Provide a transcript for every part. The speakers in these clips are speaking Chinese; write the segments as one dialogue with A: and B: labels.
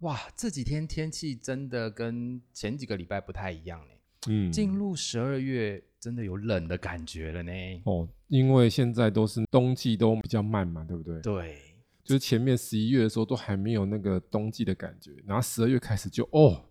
A: 哇，这几天天气真的跟前几个礼拜不太一样呢。
B: 嗯，
A: 进入十二月，真的有冷的感觉了呢。
B: 哦，因为现在都是冬季都比较慢嘛，对不对？
A: 对，
B: 就是前面十一月的时候都还没有那个冬季的感觉，然后十二月开始就哦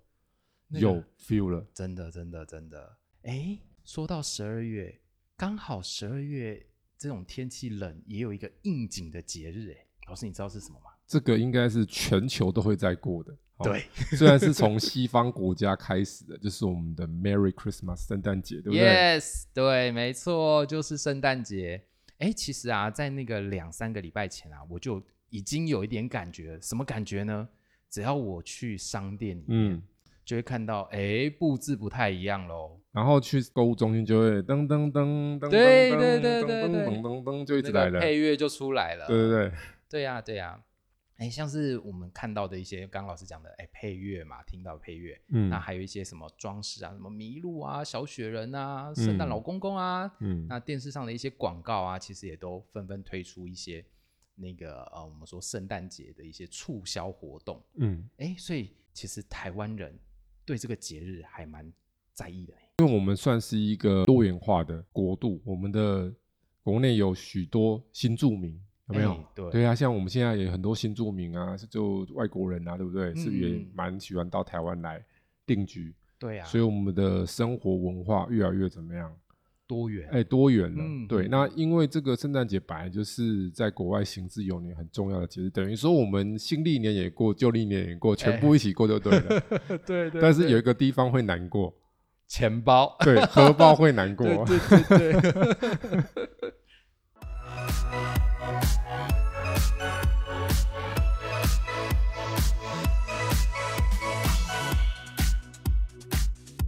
A: 那个
B: 有 feel 了。
A: 真的，真的，真的。哎，说到十二月，刚好十二月这种天气冷，也有一个应景的节日。哎，老师，你知道是什么吗？
B: 这个应该是全球都会在过的。哦
A: 对，
B: 虽然是从西方国家开始的，就是我们的 Merry Christmas 圣诞节，对不对
A: Yes，对，没错，就是圣诞节。哎，其实啊，在那个两三个礼拜前啊，我就已经有一点感觉了，什么感觉呢？只要我去商店里面，
B: 嗯，
A: 就会看到，哎，布置不太一样喽。
B: 然后去购物中心就会噔噔噔噔噔噔
A: 对对对
B: 噔
A: 对
B: 噔
A: 对
B: 噔噔噔就一直
A: 那
B: 来
A: 个
B: 了，
A: 配
B: 对
A: 乐就出来了。
B: 对对，
A: 对呀、对呀、哎，像是我们看到的一些，刚刚老师讲的，哎，配乐嘛，听到配乐，
B: 嗯
A: 那还有一些什么装饰啊，什么麋鹿啊、小雪人啊、圣诞
B: 嗯
A: 老公公啊，
B: 嗯
A: 那电视上的一些广告啊，其实也都纷纷推出一些那个呃，我们说圣诞节的一些促销活动。
B: 嗯，
A: 哎，所以其实台湾人对这个节日还蛮在意的欸。
B: 因为我们算是一个多元化的国度，我们的国内有许多新住民，有没有？
A: 哎对
B: 啊，像我们现在也很多新住民啊，就外国人啊，对不对？是不是也
A: 嗯
B: 蛮喜欢到台湾来定居？
A: 对啊，
B: 所以我们的生活文化越来越怎么样？
A: 多元。
B: 哎，多元了。
A: 啊嗯
B: 对，那因为这个圣诞节本来就是在国外行之有年很重要的节日，等于说我们新历年也过，旧历年也过，全部一起过就对了。
A: 哎对对
B: 但是有一个地方会难 过，
A: 钱包。
B: 对，荷包会难过。
A: 对对对。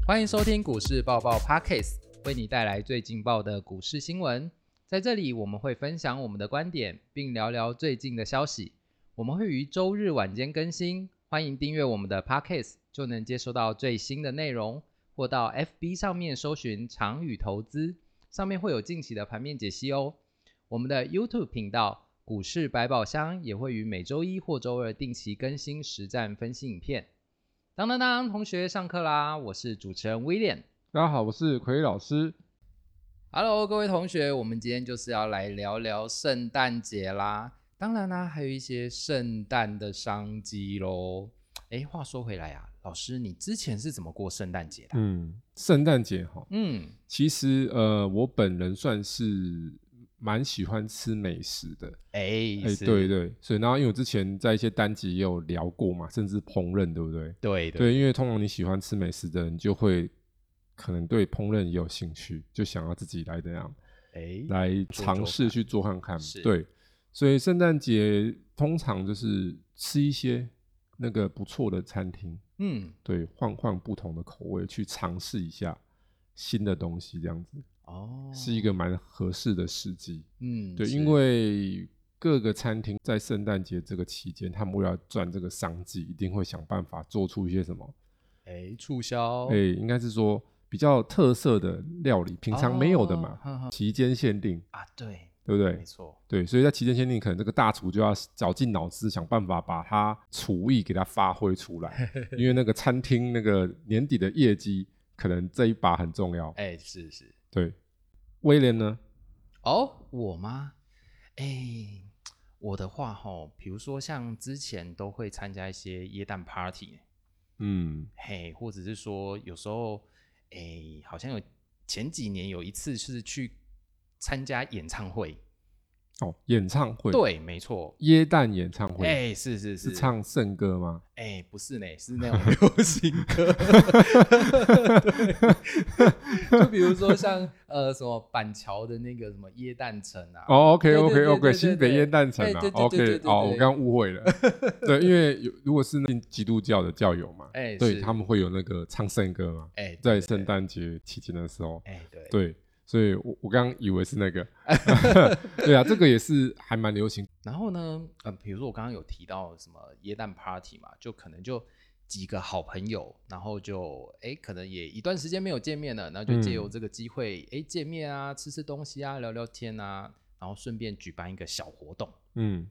A: 欢迎收听股市爆爆 Pockets，为你带来最劲爆的股市新闻。在这里，我们会分享我们的观点，并聊聊最近的消息。我们会于周日晚间更新，欢迎订阅我们的 Pockets，就能接收到最新的内容。或到 FB 上面搜寻“长宇投资”，上面会有近期的盘面解析哦。我们的 YouTube 频道“股市百宝箱”也会于每周一或周二定期更新实战分析影片。当当当，同学上课啦！我是主持人 William。
B: 大家好，我是奎老师。
A: Hello，各位同学，我们今天就是要来聊聊圣诞节啦。当然啦、还有一些圣诞的商机喽。哎，话说回来啊，老师，你之前是怎么过圣诞节的啊？
B: 嗯，圣诞节哈，
A: 嗯，
B: 其实呃，我本人算是蛮喜欢吃美食的。
A: 哎、
B: 哎，
A: 是
B: 对对，所以然后因为我之前在一些单集也有聊过嘛，甚至烹饪，对不对？
A: 对
B: 对，因为通常你喜欢吃美食的人，就会可能对烹饪也有兴趣，就想要自己来怎样
A: 哎，
B: 来
A: 做
B: 尝
A: 做
B: 试
A: 看
B: 去做看看。
A: 是
B: 对，所以圣诞节通常就是吃一些那个不错的餐厅，
A: 嗯，
B: 对，换换不同的口味去尝试一下新的东西，这样子、
A: 哦，
B: 是一个蛮合适的时机。
A: 嗯，
B: 对，
A: 是
B: 因为各个餐厅在圣诞节这个期间，他们为了赚这个商机，一定会想办法做出一些什么？
A: 哎促销，
B: 哎、应该是说比较特色的料理，平常没有的嘛，
A: 哦呵呵
B: 期间限定，
A: 啊，对，
B: 对不对
A: 没？错，
B: 对，所以在期间限定，可能这个大厨就要绞尽脑汁想办法把他厨艺给他发挥 出来，因为那个餐厅那个年底的业绩，可能这一把很重要。
A: 哎是是，
B: 对，威廉呢？
A: 哦，我吗？哎，我的话吼，比如说像之前都会参加一些耶诞 party，
B: 嗯，
A: 嘿，或者是说有时候，哎，好像有前几年有一次是去参加演唱会，
B: 哦，演唱会，，
A: 对，没错。
B: 耶诞演唱会，
A: 哎，是是
B: 是唱圣歌吗？
A: 哎、不是呢， 是那种流行歌。 对就比如说像呃什么板桥的那个什么椰蛋城啊，
B: 哦，OK
A: 对
B: OK
A: 对对
B: OK，
A: 对
B: 新
A: 对
B: 北
A: 对
B: 耶诞城
A: 哎
B: 啊
A: 对对对对
B: ，OK，
A: 对
B: 哦，
A: 对
B: 我刚误会了，对，因为有如果是那基督教的教友嘛，
A: 哎
B: 对
A: 是
B: 他们会有那个唱圣歌嘛，
A: 哎、对
B: 在圣诞节期间的时候，
A: 哎、对，
B: 对，所以我我刚刚以为是 那个，对啊，这个也是还蛮流行，
A: 然后呢，呃，比如说我刚刚有提到什么椰蛋 party 嘛，就可能就几个好朋友，然后就哎，可能也一段时间没有见面了，然后就借由
B: 嗯
A: 这个机会，哎、见面啊，吃吃东西啊，聊聊天啊，然后顺便举办一个小活动。
B: 嗯，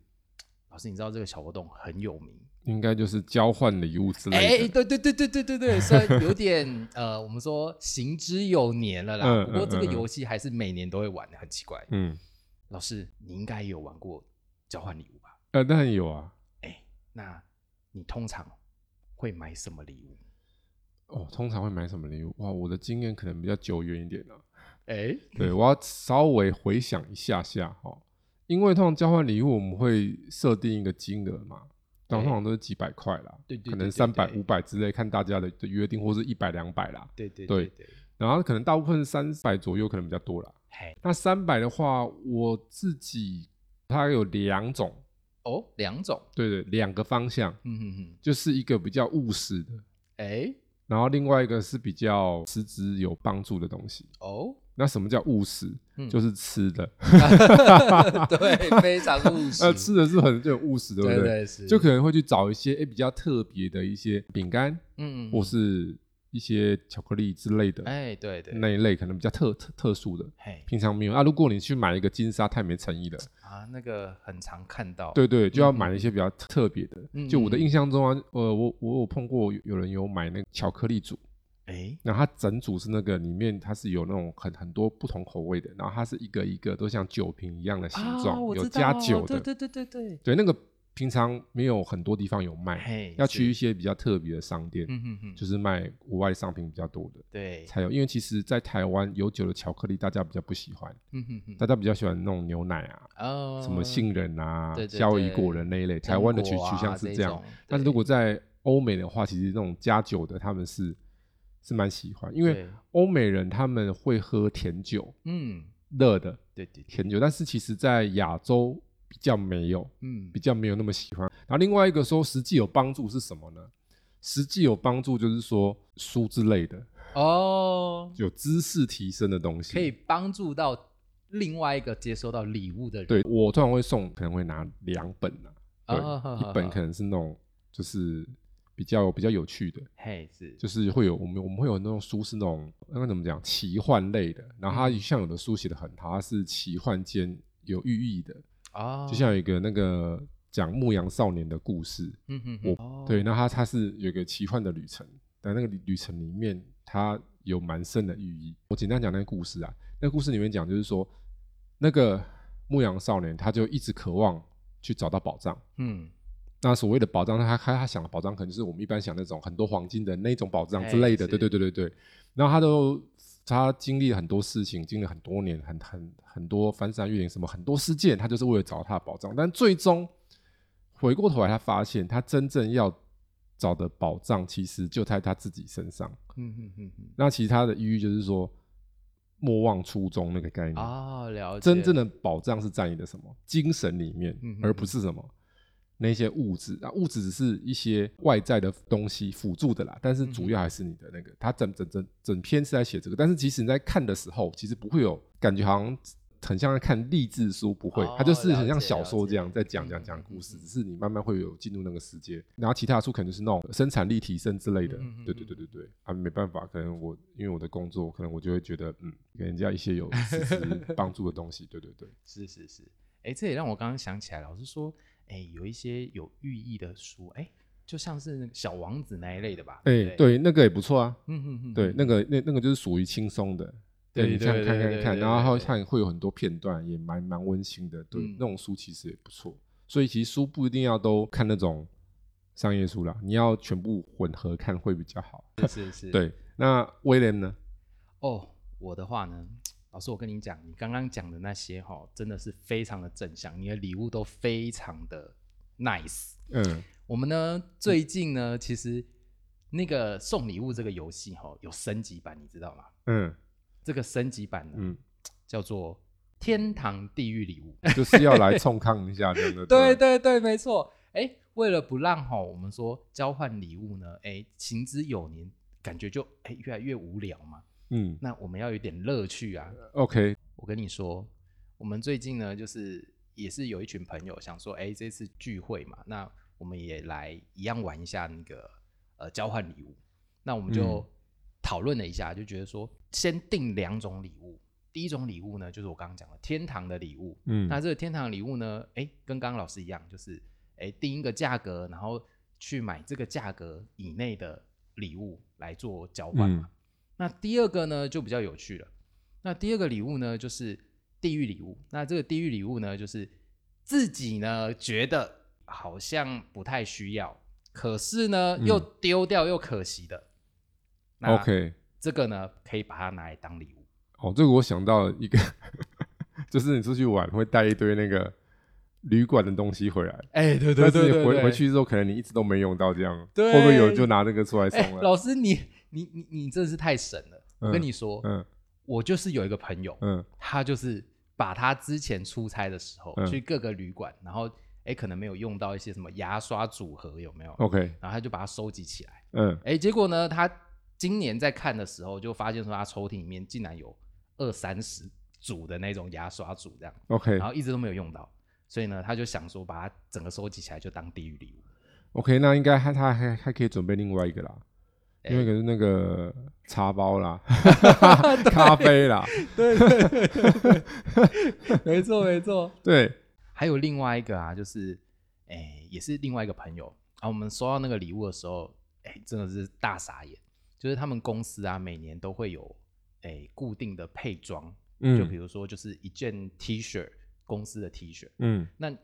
A: 老师，你知道这个小活动很有名，
B: 应该就是交换礼物之
A: 哎、
B: 类的。
A: 对对对对对对对，虽然有点呃，我们说行之有年了啦，
B: 嗯
A: 不过这个
B: 嗯嗯嗯
A: 游戏还是每年都会玩的，很奇怪。
B: 嗯，
A: 老师，你应该有玩过交换礼物吧？
B: 呃，当然有啊。
A: 哎那你通常会买什么礼物？
B: 哦，通常会买什么礼物？哇，我的经验可能比较久远一点啊。
A: 哎、
B: 对，我要稍微回想一下下哦，因为通常交换礼物我们会设定一个金额嘛，然后通常都是几百块啦，
A: 对对对
B: 可能
A: 对
B: 三百、
A: 对
B: 五百之类，看大家的的约定，或是一百、两百啦。
A: 对对
B: 对
A: 对，
B: 然后可能大部分三百左右，可能比较多啦。
A: 嘿，
B: 那三百的话，我自己它有两种，
A: 哦，两种，
B: 对对，两个方向，
A: 嗯哼哼，
B: 就是一个比较务实的，
A: 哎、
B: 然后另外一个是比较实质有帮助的东西。
A: 哦，
B: 那什么叫务实？
A: 嗯
B: 就是吃的，
A: 对，非常务实，
B: 呃，吃的是很就很务实，对不
A: 对
B: 对？
A: 对是，
B: 就可能会去找一些诶比较特别的一些饼干，
A: 嗯，嗯
B: 或是一些巧克力之类的、
A: 哎、对对，
B: 那一类，可能比较特特特殊的，
A: 嘿
B: 平常没有啊。如果你去买一个金沙，太没诚意了。
A: 啊，那个很常看到，
B: 对对，就要买一些比较特别的。
A: 嗯
B: 就我的
A: 嗯
B: 印象中啊，呃，我我有碰过有人有买那个巧克力组，
A: 哎、
B: 然后它整组是那个里面它是有那种很很多不同口味的，然后它是一个一个都像酒瓶一样的形状，
A: 啊、我
B: 有
A: 知
B: 加
A: 道
B: 酒的。
A: 对对对对对，
B: 对那个平常没有很多地方有卖，
A: 嘿，
B: 要去一
A: 是，
B: 些比较特别的商店，
A: 嗯哼哼，
B: 就是是卖国外商品比较多的
A: 对，
B: 才有。因为其实，在台湾有酒的巧克力大家比较不喜欢，
A: 嗯哼哼，
B: 大家比较喜欢那种牛奶啊。
A: 哦，
B: 什么杏仁啊、
A: 嗯对对
B: 夏威夷
A: 对
B: 果仁那一类，
A: 榛
B: 台湾的取
A: 果
B: 取向
A: 啊
B: 是
A: 这
B: 这样
A: 种。
B: 但是
A: 对
B: 如果在欧美的话，其实那种加酒的他们是是蛮喜欢，因为
A: 对
B: 欧美人他们会喝甜酒，
A: 嗯，
B: 热的
A: 对对，对
B: 甜酒，但是其实在亚洲比较没有，
A: 嗯
B: 比，较没有那么喜欢。然后另外一个说实际有帮助是什么呢？实际有帮助就是说书之类的，
A: 哦，
B: 有知识提升的东西。
A: 可以帮助到另外一个接收到礼物的人，
B: 对我通常会送，可能会拿两本啊，对，
A: 啊好好
B: 一本
A: 好
B: 可能是那种就是比较比较有趣的，
A: 嘿，是，
B: 就是会有我们我们会有那种书是那种那个怎么讲奇幻类的，然后它
A: 嗯
B: 像有的书写的很好，它是奇幻间有寓意的，
A: 哦，
B: 就像有一个那个讲牧羊少年的故事，
A: 嗯哼哼，
B: 我
A: 哦
B: 对，那它它是有一个奇幻的旅程，但那个旅旅程里面它有蛮深的寓意。我简单讲那个故事啊，那个故事里面讲就是说，那个牧羊少年他就一直渴望去找到宝藏。
A: 嗯，
B: 那所谓的宝藏，他他他想的宝藏可能就是我们一般想那种很多黄金的那种宝藏之类的，
A: 哎
B: 对对对对对。然后他都他经历了很多事情，经历了很多年，很很很多翻山越岭，什么很多事件，他就是为了找到他的宝藏。但最终回过头来，他发现他真正要找的宝藏其实就在他自己身上。
A: 嗯哼哼哼，
B: 那其实他的寓意就是说，莫忘初衷那个概念。
A: 哦，了解，
B: 真正的宝藏是在你的什么精神里面，
A: 嗯哼
B: 而不是什么那些物质啊，物质只是一些外在的东西辅助的啦，但
A: 嗯
B: 是主要还是你的那个。它整整整整篇是在写这个，但是即使你在看的时候，其实不会有感觉，好像很像在看励志书，不会，
A: 哦
B: 它就是很像
A: 了解
B: 小说这样
A: 了解
B: 在
A: 嗯
B: 讲讲
A: 嗯
B: 讲
A: 嗯
B: 故事，
A: 嗯
B: 只是你慢慢会有进入那个世界。然后其他的书可能就是那种生产力提升之类的
A: 嗯嗯嗯，
B: 对对对对对啊，没办法，可能我因为我的工作，可能我就会觉得嗯，给人家一些有实质帮助的东西，对对对。
A: 是是是，哎、这也让我刚刚想起来，老师说，哎、有一些有寓意的书，哎、就像是那个小王子那一类的吧？
B: 哎、
A: 不，
B: 对，那个也不错啊。
A: 嗯哼哼，
B: 对，那
A: 个
B: 个那那个就是属于轻松的，
A: 对
B: 你
A: 对
B: 像
A: 对
B: 看
A: 对
B: 看
A: 对
B: 看，
A: 对
B: 然后
A: 对对
B: 看会有很多片段，也蛮蛮温馨的。对，
A: 嗯
B: 那种书其实也不错。所以其实书不一定要都看那种商业书啦，你要全部混合看会比较好。
A: 是是，。
B: 对，那威廉呢？
A: 哦，我的话呢，老师，我跟你讲，你刚刚讲的那些哈、真的是非常的正向，你的礼物都非常的 nice。
B: 嗯，
A: 我们呢，最近呢，其实那个送礼物这个游戏哈、有升级版，你知道吗？
B: 嗯
A: 这个升级版呢，
B: 嗯，
A: 叫做天堂地狱礼物。
B: 就是要来冲抗一下这样 的。
A: 对对
B: 对，
A: 对，没错。哎，为了不让哈我们说交换礼物呢，哎，行之有年，感觉就哎越来越无聊嘛。
B: 嗯
A: 那我们要有点乐趣啊！
B: ，OK，
A: 我跟你说，我们最近呢，就是也是有一群朋友想说，哎，这次聚会嘛，那我们也来一样玩一下那个呃交换礼物。那我们就
B: 嗯
A: 讨论了一下，就觉得说，先定两种礼物。第一种礼物呢，就是我刚刚讲的天堂的礼物，
B: 嗯
A: 那这个天堂礼物呢，哎，跟刚刚老师一样，就是哎定一个价格，然后去买这个价格以内的礼物来做交换嘛。
B: 嗯
A: 那第二个呢，就比较有趣了。那第二个礼物呢，就是地狱礼物。那这个地狱礼物呢，就是自己呢觉得好像不太需要，可是呢
B: 嗯
A: 又丢掉又可惜的。那
B: ，OK，
A: 这个呢，可以把它拿来当礼物。
B: 哦，这个我想到一个， 就是你出去玩会带一堆那个旅馆的东西回来，
A: 哎、对
B: 但是你回回去之后，可能你一直都没用到，这样
A: 对
B: 会不会有人就拿这个出来 送
A: 哎、
B: 了？
A: 老师你你你你真的是太神了！我跟你说，
B: 嗯
A: 我就是有一个朋友，
B: 嗯
A: 他就是把他之前出差的时候、
B: 嗯
A: 去各个旅馆，然后哎、可能没有用到一些什么牙刷组合有没有？
B: ，OK，
A: 然后他就把它收集起来。
B: 嗯，
A: 哎、结果呢，他今年在看的时候就发现说，他抽屉里面竟然有二三十组的那种牙刷组这样，
B: OK
A: 然后一直都没有用到，所以呢，他就想说把它整个收集起来就当地狱 礼物。
B: OK，那应该还他还还可以准备另外一个啦，
A: 哎
B: 另外一个是那个茶 包啦，咖啡啦，
A: 对对对对， 没错没错。
B: 对，
A: 还有另外一个啊，就是，哎、也是另外一个朋友啊，我们收到那个礼物的时候，哎、真的是大傻眼。就是他们公司啊，每年都会有哎、固定的配装，就比
B: 嗯
A: 如说就是一件 T 恤，公司的 T 恤，
B: 嗯
A: 那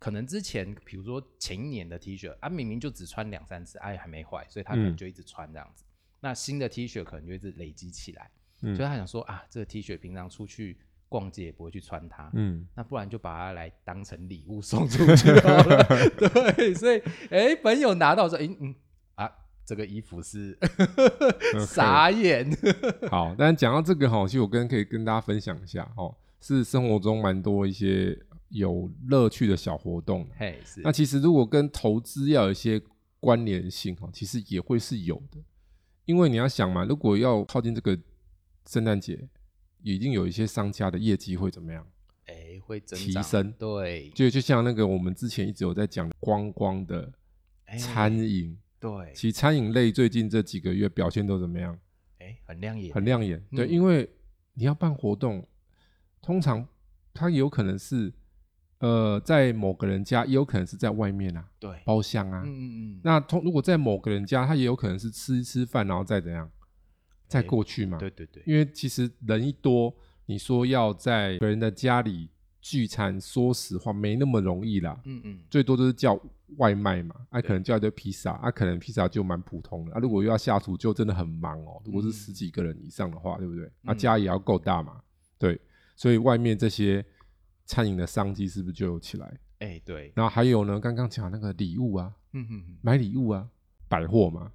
A: 可能之前比如说前一年的 T 恤啊，明明就只穿两三次，哎、还没坏，所以他可能
B: 嗯
A: 就一直穿这样子。那新的 T 恤可能就一直累积起来，
B: 嗯
A: 所以他想说啊，这个 T 恤平常出去逛街也不会去穿它，
B: 嗯，
A: 那不然就把它来当成礼物送出去好了。 对，所以哎、朋友拿到说，哎、嗯啊，这个衣服是
B: 嗯
A: 傻眼，
B: 好，但讲到这个哈，其实我跟可以跟大家分享一下哦，是生活中蛮多一些有乐趣的小活动。
A: 嘿是
B: 那其实如果跟投资要有一些关联性哈，其实也会是有的，因为你要想嘛，如果要靠近这个圣诞节，已经有一些商家的业绩会怎么样？
A: 哎、会增
B: 提
A: 长
B: 升
A: 对，
B: 就就像那个我们之前一直有在讲光光的
A: 哎
B: 餐饮，
A: 对，
B: 其实餐饮类最近这几个月表现都怎么样？
A: 哎、很亮眼，
B: 很亮眼。对，
A: 嗯
B: 因为你要办活动，通常它有可能是呃在某个人家，也有可能是在外面啊，
A: 对，
B: 包厢啊。
A: 嗯嗯嗯，
B: 那通如果在某个人家，他也有可能是吃一吃饭，然后再怎样，再过去嘛。
A: 哎对对对，
B: 因为其实人一多，你说要在别人的家里聚餐，说实话没那么容易啦。
A: 嗯嗯，
B: 最多就是叫外卖嘛，啊，
A: 对
B: 可能叫一堆披萨，啊，可能披萨就蛮普通的，啊，如果又要下厨就真的很忙哦。如果是十几个人以上的话，对不对？啊，
A: 嗯
B: 家也要够大嘛，对，所以外面这些餐饮的商机是不是就有起来？
A: 哎、对，
B: 然后还有呢，刚刚讲那个礼物啊，
A: 嗯嗯嗯，
B: 买礼物啊，百货嘛，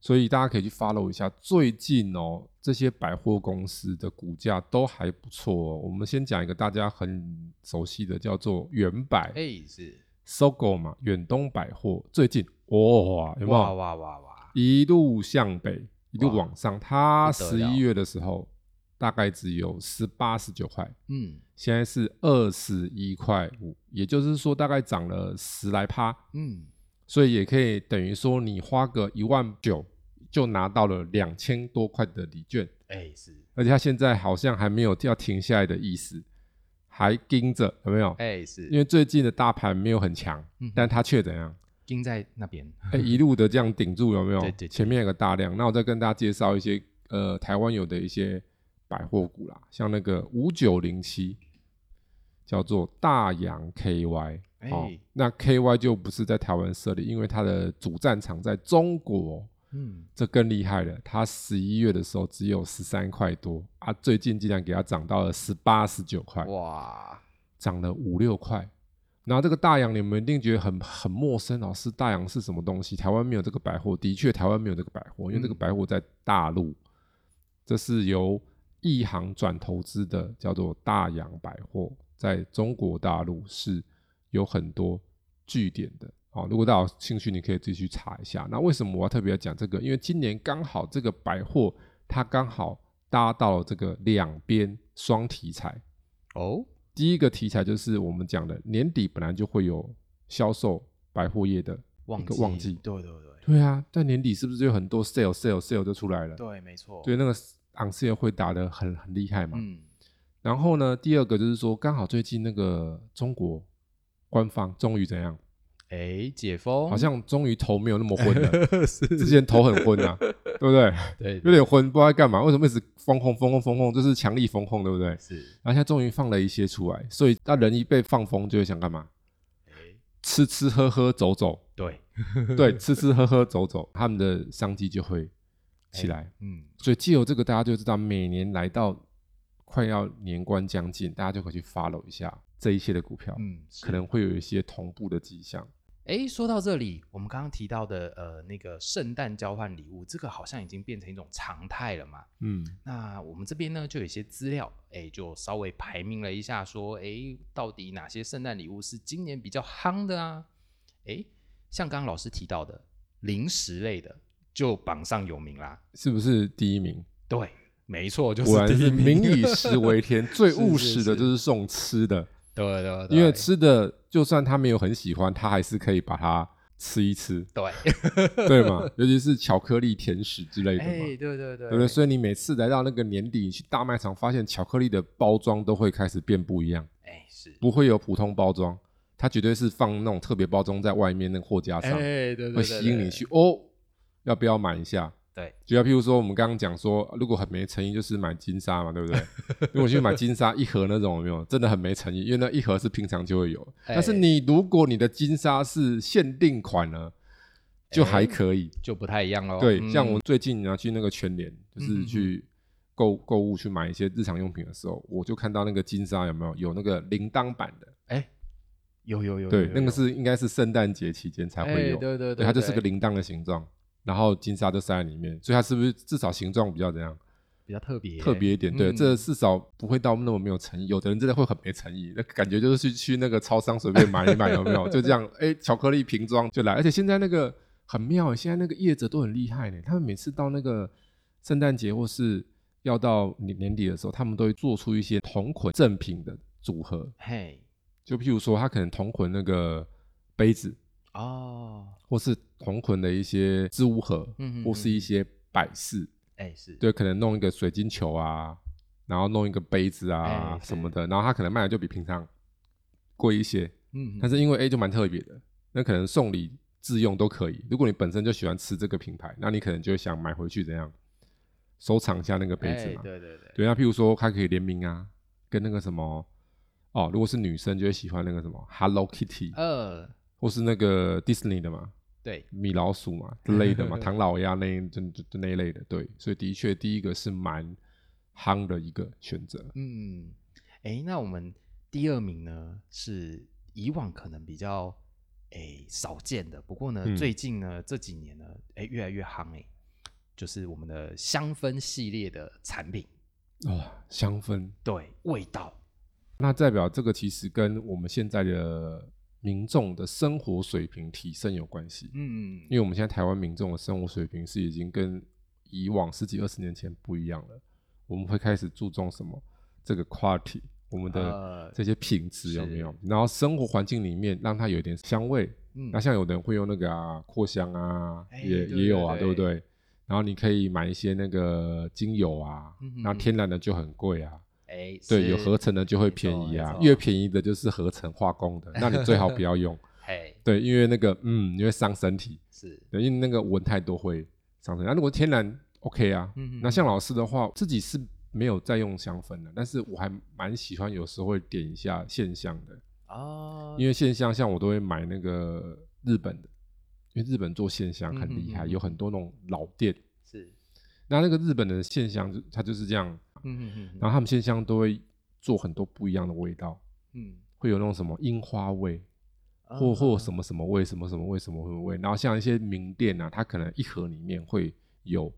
B: 所以大家可以去 follow 一下。最近哦，这些百货公司的股价都还不错哦。我们先讲一个大家很熟悉的，叫做原百
A: 哎、是，
B: 搜狗嘛，远东百货最近哇，有没
A: 哇
B: 有
A: 哇哇哇，
B: 一路向北，一路
A: 哇
B: 往上？它
A: 不得
B: 十
A: 了
B: 一月的时候大概只有十八十九块，
A: 嗯
B: 现在是二十一块五，也就是说大概涨了十来趴，
A: 嗯，
B: 所以也可以等于说你花个一万九就拿到了两千多块的礼券，
A: 哎、是，
B: 而且它现在好像还没有要停下来的意思，还盯着有没有？
A: 哎、是，
B: 因为最近的大盘没有很强
A: 嗯，
B: 但它却怎样？
A: 盯在那边，
B: 哎，一路的这样顶住有没有？
A: 对对对
B: 前面有个大量，那我再跟大家介绍一些呃台湾有的一些百货股啦，像那个五九零七，叫做大洋 KY。
A: 哎
B: 哦，那 KY 就不是在台湾设立，因为它的主战场在中国，
A: 嗯，
B: 这更厉害了。它十一月的时候只有十三块多啊，最近竟然给它涨到了十八、十九块。
A: 哇，
B: 涨了五六块。然后这个大洋，你们一定觉得很很陌生哦，是大洋是什么东西？台湾没有这个百货，的确台湾没有这个百货，因为这个
A: 嗯
B: 百货在大陆，这是由一行转投资的，叫做大洋百货，在中国大陆是有很多据点的。哦，如果大家有兴趣，你可以自己去查一下。那为什么我要特别讲这个？因为今年刚好这个百货它刚好搭到了这个两边双题材，
A: 哦，
B: 第一个题材就是我们讲的年底本来就会有销售百货业的一
A: 忘
B: 个
A: 记，
B: 旺季，
A: 对对对，
B: 对啊，在年底是不是就有很多 sale sale sale 就出来了？
A: 对，没错，
B: 对，，那个 on sale 会打得很很厉害嘛。
A: 嗯，
B: 然后呢，第二个就是说，刚好最近那个中国官方终于怎样
A: 哎，解封
B: 好像终于头没有那么昏了。
A: 是
B: 之前头很昏啊，对不对？
A: 对，
B: 有点昏，不知道在干嘛。为什么一直封控、封控、封控，就是强力封控，对不对？
A: 是
B: 然后现在终于放了一些出来，所以那人一被放风就会想干嘛？
A: 哎
B: 吃吃喝喝走走，
A: 对，
B: 对，吃吃喝喝走走，他们的商机就会起来。
A: 嗯，
B: 所以借由这个，大家就知道每年来到快要年关将近，大家就可以去 follow 一下这一切的股票，
A: 嗯，是
B: 可能会有一些同步的迹象。
A: 哎，说到这里，我们刚刚提到的呃那个圣诞交换礼物，这个好像已经变成一种常态了嘛。
B: 嗯，
A: 那我们这边呢就有一些资料，哎，就稍微排名了一下说，哎，到底哪些圣诞礼物是今年比较夯的啊？哎，像刚刚老师提到的零食类的，就榜上有名啦。
B: 是不是第一名？
A: 对，没错，就是
B: 果然
A: 第一
B: 是
A: 名
B: 民以 食为天，最
A: 是
B: 务
A: 是
B: 实的
A: 是
B: 就是送吃的。
A: 对对对，，
B: 因为吃的，就算他没有很喜欢，他还是可以把它吃一吃
A: 对，
B: 对 吗？尤其是巧克力、甜食之类的
A: 哎，
B: 嘛，
A: 对对对，
B: 对不对？所以你每次来到那个年底，你去大卖场发现巧克力的包装都会开始变不一样，
A: 哎是，
B: 不会有普通包装，它绝对是放那种特别包装在外面那个货架上，
A: 哎，对对，
B: 会吸引你去哦，要不要买一下？
A: 对，
B: 就像譬如说，我们刚刚讲说，如果很没诚意，就是买金沙嘛，对不对？ 如果去买金沙一盒那种，有没有真的很没诚意？因为那一盒是平常就会有，
A: 哎
B: 但是你如果你的金沙是限定款呢，就还
A: 哎
B: 可以。
A: 就不太一样喽。
B: 对，
A: 嗯
B: 像我最近啊呢去那个全联，
A: 嗯嗯
B: 就是
A: 嗯
B: 去购购物去买一些日常用品的时候，我就看到那个金沙有没有有那个铃铛版的？
A: 哎，有有有，有，
B: 对那个
A: 有
B: 是应该是圣诞节期间才
A: 哎
B: 会有。
A: 对对
B: 对，它就是个铃铛的形状，然后金沙就塞在里面，所以它是不是至少形状比较怎样
A: 比较特别
B: 特别一点？对，
A: 嗯
B: 这至少不会到那么没有诚意。有的人真的会很没诚意，那感觉就是去去那个超商随便买一买，有没有？就这样，哎，巧克力瓶装就来，而且现在那个很妙，欸现在那个业者都很厉害呢，他们每次到那个圣诞节或是要到年年底的时候，他们都会做出一些同款赠品的组合，
A: 嘿
B: 就譬如说，他可能同款那个杯子。
A: 哦，
B: 或是同捆的一些置物盒，
A: 嗯嗯
B: 或是一些摆饰，
A: 哎是
B: 对，可能弄一个水晶球啊，然后弄一个杯子啊、
A: 哎
B: 什么的，然后它可能卖的就比平常贵一些，
A: 嗯，
B: 但
A: 是
B: 是因为 A 就蛮特别的，那可能送礼自用都可以。如果你本身就喜欢吃这个品牌，那你可能就会想买回去怎样收藏一下那个杯子嘛。
A: 哎对对对，
B: 对，那譬如说它可以联名啊，跟那个什么哦，如果是女生就会喜欢那个什么 Hello Kitty，、
A: 呃，
B: 或是那个 Disney 的嘛。
A: 对，
B: 米老鼠嘛之类的嘛，唐老鸭那一就就就那一类的，对，所以的确第一个是蛮夯的一个选择。
A: 嗯，哎，那我们第二名呢是以往可能比较哎少见的，不过呢、
B: 嗯
A: 最近呢这几年呢哎越来越夯哎，就是我们的香氛系列的产品，
B: 哦，香氛，
A: 对，味道，
B: 那代表这个其实跟我们现在的民众的生活水平提升有关系，
A: 嗯，
B: 因为我们现在台湾民众的生活水平是已经跟以往十几二十年前不一样了，我们会开始注重什么这个 quality，我们
A: 呃
B: 的这些品质有没有
A: 是？
B: 然后生活环境里面让它有一点香味，
A: 嗯
B: 那像有的人会用那个啊扩香啊，
A: 哎
B: 也
A: 对
B: 也有啊，
A: 对对
B: 对不对？然后你可以买一些那个精油啊
A: 嗯哼，
B: 那、
A: 哼
B: 天然的就很贵啊，
A: 哎
B: 对，
A: 是
B: 有合成的就会便宜啊，越便宜的就是合成化工 的，那你最好不要用，
A: 哎
B: 对，因为那个嗯，因为伤身体，
A: 是
B: 对，因为那个闻太多会伤身体。那、如果天然 OK 啊，
A: 嗯哼
B: 那像老师的话，自己是没有在用香氛的，但是我还蛮喜欢，有时候会点一下线香的，
A: 哦，
B: 因
A: 为
B: 为线香像我都会买那个日本的，因为日本做线香很厉害，
A: 嗯嗯嗯嗯
B: 有很多那种老店。
A: 是
B: 那那个日本的线香就它就是这样，
A: 嗯嗯
B: 然后他们线香都会做很多不一样的味道，
A: 嗯
B: 会有那种什么樱花味，
A: 嗯，
B: 或或
A: 么
B: 什么什么味，什么什么味，什么什么味。然后像一些名店啊，它可能一盒里面会有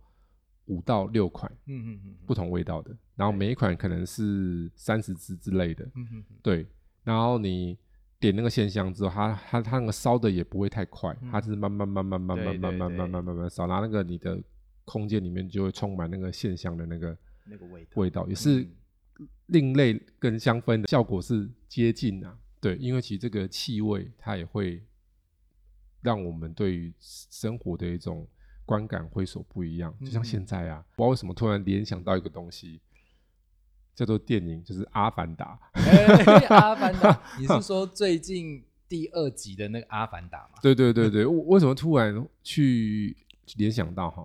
B: 五到六款
A: 嗯嗯嗯
B: 不同味道的，然后每一款可能是三十支之类的，
A: 嗯嗯嗯
B: 对，然后你点那个线香之后，它它它那个烧的也不会太快，它就是慢慢慢慢慢慢
A: 嗯对
B: 慢
A: 对
B: 慢
A: 对
B: 慢慢慢慢烧，然后那个你的空间里面就会充满那个线香的那个
A: 那个味道
B: 味道，也是
A: 嗯
B: 另类跟香氛的效果是接近啊。对，因为其实这个气味它也会让我们对于生活的一种观感会所不一样。就像
A: 嗯
B: 现在啊，不知道为什么突然联想到一个东西，叫做电影，就是《阿凡达》。
A: 哎，阿凡达，你是说最近第二集的那个《阿凡达》嘛。
B: 对对对对，我为什么突然去联想到哈？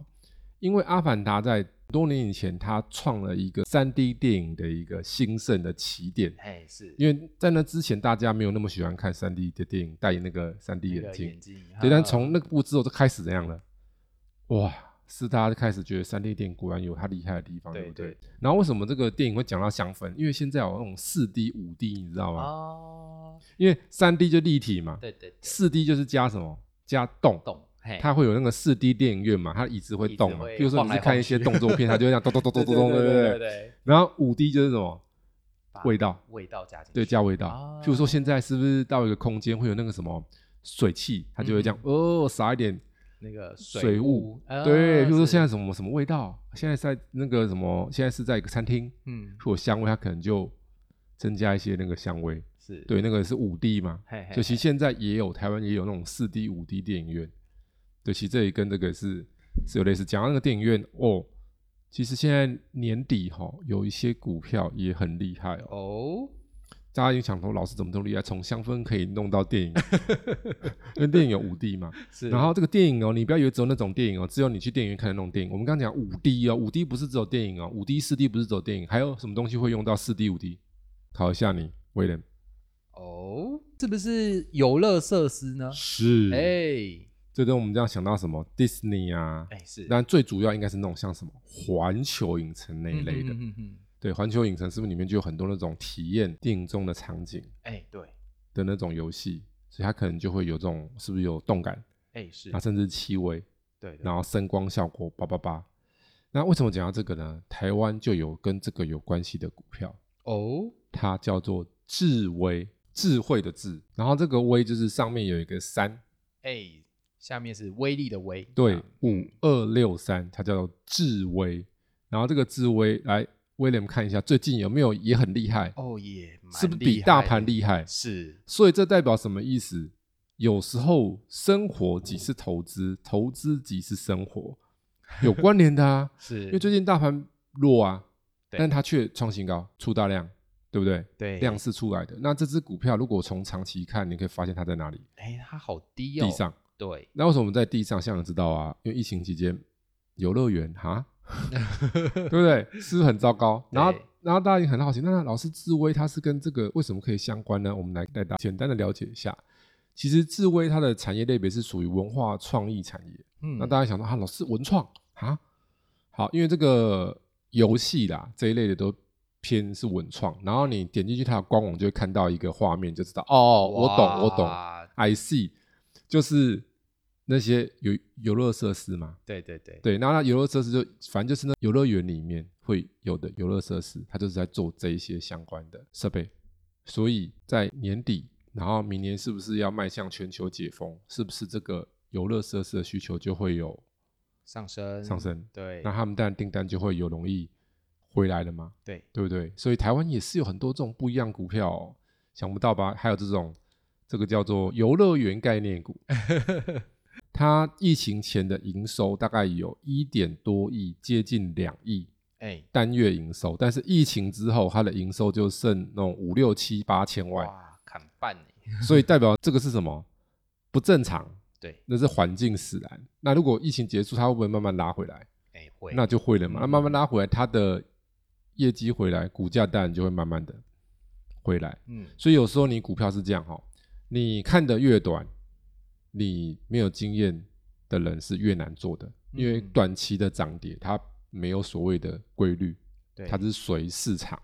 B: 因为《阿凡达》在多年以前，它创了一个三 D 电影的一个兴盛的起点。
A: 哎，是
B: 因为在那之前，大家没有那么喜欢看三 D 的电影，戴那个三 D
A: 那
B: 眼
A: 个
B: 镜
A: 眼。睛，
B: 对，但
A: 哈
B: 从那个部之后就开始怎样了？哇，是大家就开始觉得三 D 电影果然有它厉害的地方，
A: 对
B: 对不
A: 对
B: 对？然后为什么这个电影会讲到香氛？因为现在有那种四 D、五 D，你知道吗？
A: 哦，
B: 因为三 D 就立体嘛，
A: 对对，对
B: 四 D 就是加什么？加动。
A: 懂，嘿，
B: 它会有那个四 D 电影院嘛，它椅子会动嘛
A: 哎椅子会。
B: 比如说
A: 晃
B: 你
A: 来
B: 是
A: 晃
B: 看一些
A: 去
B: 动作片，它就会这样咚咚咚
A: 对
B: 咚
A: 对
B: 咚
A: 对
B: 咚，对不
A: 对对
B: 对？
A: 对，
B: 然后五 D 就是什么？
A: 把
B: 味道，
A: 味道加进去，
B: 对，加味道。譬如
A: 哦
B: 说现在是不是到一个空间会有那个什么水汽，它就会这样哦撒一点
A: 那个
B: 水
A: 嗯雾
B: 雾，，
A: 啊
B: 对，就是说现在
A: 是
B: 什么什么味道，现在在那个什么，现在是在一个餐厅，
A: 嗯
B: 会有香味，它可能就增加一些那个香味。
A: 是，
B: 对，那个是五 D 嘛，
A: 嘿，嘿
B: 就其
A: 嘿
B: 实现在也有台湾也有那种四 D、五 D 电影院。对，其实这也跟这个是是有类似。讲到那个电影院哦，其实现在年底哈、有一些股票也很厉害哦。
A: 哦，
B: 大家已经想说，老师怎么这么厉害？从香氛可以弄到 电影，因为电影有五 D 嘛。
A: 是，
B: 然后这个电影哦，你不要以为只有那种电影哦，只有你去电影院看的那种电影。我们刚刚讲五 D 哦，五 D 不是只有电影哦，五 D 四 D 不是只有电影，还有什么东西会用到四 D 五 D？考一下你，威廉
A: 哦，是不是游乐设施呢？
B: 是哎，
A: 哎
B: 最终我们这样想到什么？Disney 啊，
A: 哎是，
B: 但最主要应该是那种像什么环球影城那一
A: 嗯
B: 类
A: 嗯
B: 的。
A: 嗯嗯嗯
B: 对，环球影城是不是里面就有很多那种体验电影中的场景
A: 哎对，
B: 的那种游戏？所以它可能就会有这种，是不是有动感，
A: 哎是
B: 啊，，甚至气味，
A: 对，对
B: 然后声光效果八八八。那为什么讲到这个呢？台湾就有跟这个有关系的股票，
A: 哦，
B: 它叫做智威，智慧的智，然后这个威就是上面有一个三，
A: 哎，下面是威力的威，
B: 对
A: 啊，
B: 五二六三，它叫做智威。然后这个智威，来威廉看一下最近有没有也很厉害，
A: 哦也蛮
B: 是不是
A: 厉
B: 比大
A: 害
B: 盘
A: 的
B: 厉害？
A: 是，
B: 所以这代表什么意思？有时候生活即是投资，投资即是 生活，有关联的啊。
A: 是，
B: 因为最近大盘弱啊，
A: 对
B: 但它却创新高，出大量，对不对？
A: 对
B: 量是出来的。那这只股票如果从长期看，你可以发现它在哪里？
A: 哎，它好低哦，
B: 地上。
A: 对，
B: 那为什么我们在地上？像你知道啊，因为疫情期间，游乐 园哈，对不对？是不是很糟糕？然后
A: 对，
B: 然后大家也很好奇，那老师智威它是跟这个为什么可以相关呢？我们来带大家简单的了解一下。其实智威它的产业类别是属于文化创意产业，
A: 嗯，
B: 那大家想到啊，老师文创啊，好，因为这个游戏啦这一类的都偏是文创，然后你点进去它的官网就会看到一个画面，就知道哦，我懂，我懂
A: 哇
B: ，I see，就是那些游游乐设施嘛，
A: 对对对，
B: 对，那那游乐设施就反正就是那游乐园里面会有的游乐设施，它就是在做这一些相关的设备，所以在年底，然后明年是不是要迈向全球解封？是不是这个游乐设施的需求就会有
A: 上升
B: 上，升？
A: 对，
B: 那他们当然订单就会有容易回来了嘛，
A: 对，
B: 对不对？所以台湾也是有很多这种不一样股票、哦，想不到吧？还有这种这个叫做游乐园概念股，它疫情前的营收大概有一点多亿，接近两亿
A: 哎，
B: 单月营收，但是疫情之后它的营收就剩那种五六七八千万，
A: 哇，砍半呢，
B: 所以代表这个是什么？不正常，
A: 对，
B: 那是环境使然。那如果疫情结束，它会不会慢慢拉回来？
A: 哎会，
B: 那就会了嘛。那
A: 嗯
B: 慢慢拉回来，它的业绩回来，股价当然就会慢慢的回来。
A: 嗯
B: 所以有时候你股票是这样哈、你看的越短，你没有经验的人是越难做的，因为
A: 嗯
B: 短期的涨跌它没有所谓的规律，
A: 对，
B: 它是随市场。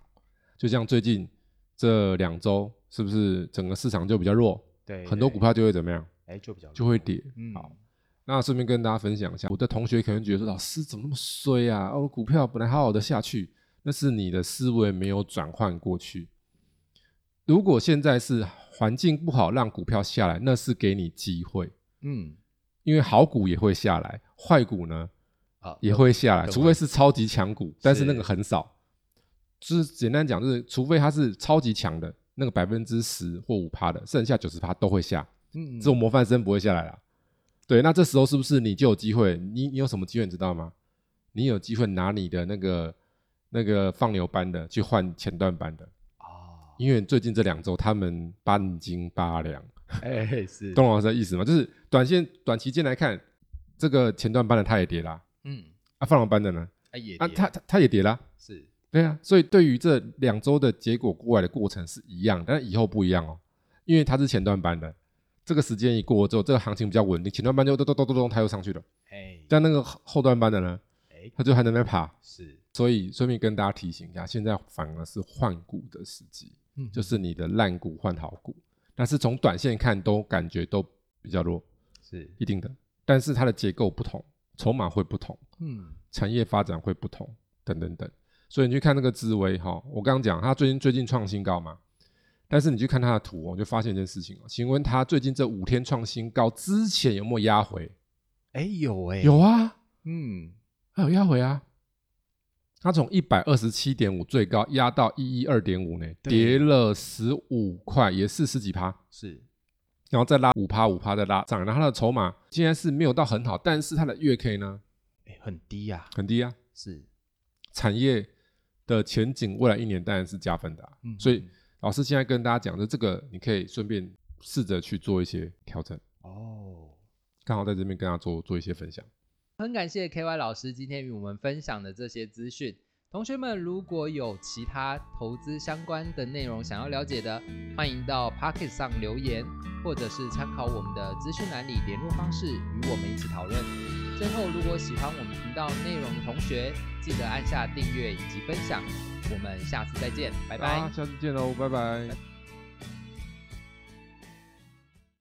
B: 就像最近这两周，是不是整个市场就比较弱？
A: 对
B: 很多
A: 对
B: 股票就会怎么样？
A: 哎就比较
B: 就会
A: 弱，
B: 跌。
A: 嗯
B: 好，那顺便跟大家分享一下，我的同学可能觉得说，老师怎么那么衰啊？哦，股票本来好好的下去，那是你的思维没有转换过去。如果现在是环境不好让股票下来，那是给你机会，
A: 嗯
B: 因为好股也会下来，坏股呢
A: 啊
B: 也会下来，
A: 更
B: 除
A: 会
B: 非是超级强股，但是那个
A: 是
B: 很少。就是简单讲，就是除非它是超级强的，那个百分之十或五趴的，剩下九十趴都会下。
A: 嗯
B: 这种模范生不会下来啦。对，那这时候是不是你就有机会？你你有什么机会你知道吗？你有机会拿你的那个那个放牛班的去换前段班的，
A: 啊
B: 因为最近这两周他们半斤八两，
A: 哎、是，
B: 懂老师的意思吗？就是短线短期间来看，这个前段班的它也跌啦，
A: 嗯，
B: 啊，放龙班的呢，
A: 啊也
B: 啊，
A: 跌
B: 它它它也跌啦，
A: 是
B: 对啊，所以对于这两周的结果过来的过程是一样，但是以后不一样哦，因为它是前段班的，这个时间一过之后，这个行情比较稳定，前段班就咚咚咚咚咚，它又上去了，
A: 哎
B: 但那个后后段班的呢，
A: 哎
B: 它就还在那边爬，
A: 是，
B: 所以顺便跟大家提醒一下，现在反而是换股的时机，
A: 嗯
B: 就是你的烂股换好股，但是从短线看都感觉都比较弱，
A: 是，
B: 一定的，但是它的结构不同，筹码会不同，
A: 嗯
B: 产业发展会不同，等等等。所以你去看那个紫薇哈，我刚刚讲它最近最近创新高嘛，但是你去看它的图哦，你就发现一件事情哦，请问它最近这五天创新高之前有没有压回？
A: 哎、有哎、
B: 有啊，
A: 嗯
B: 还有压回啊。它从一百二十七点五最高压到一一二点五呢，
A: 对
B: 跌了十五块，也是十几趴。
A: 是
B: 然后再拉五趴五趴再拉涨，然后它的筹码现在是没有到很好，但是它的月 K 呢
A: 哎、很低呀、
B: 很低啊，
A: 是
B: 产业的前景未来一年当然是加分的啊、
A: 嗯
B: 所以老师现在跟大家讲的这个，你可以顺便试着去做一些调整，
A: 哦。
B: 刚好在这边跟大家做做一些分享。
A: 很感谢 KY 老师今天与我们分享的这些资讯。同学们如果有其他投资相关的内容想要了解的，欢迎到 Pocket 上留言，或者是参考我们的资讯栏里联络方式与我们一起讨论。最后，如果喜欢我们频道内容的同学，记得按下订阅以及分享。我们下次再见，拜拜。
B: 啊下次见喽，拜拜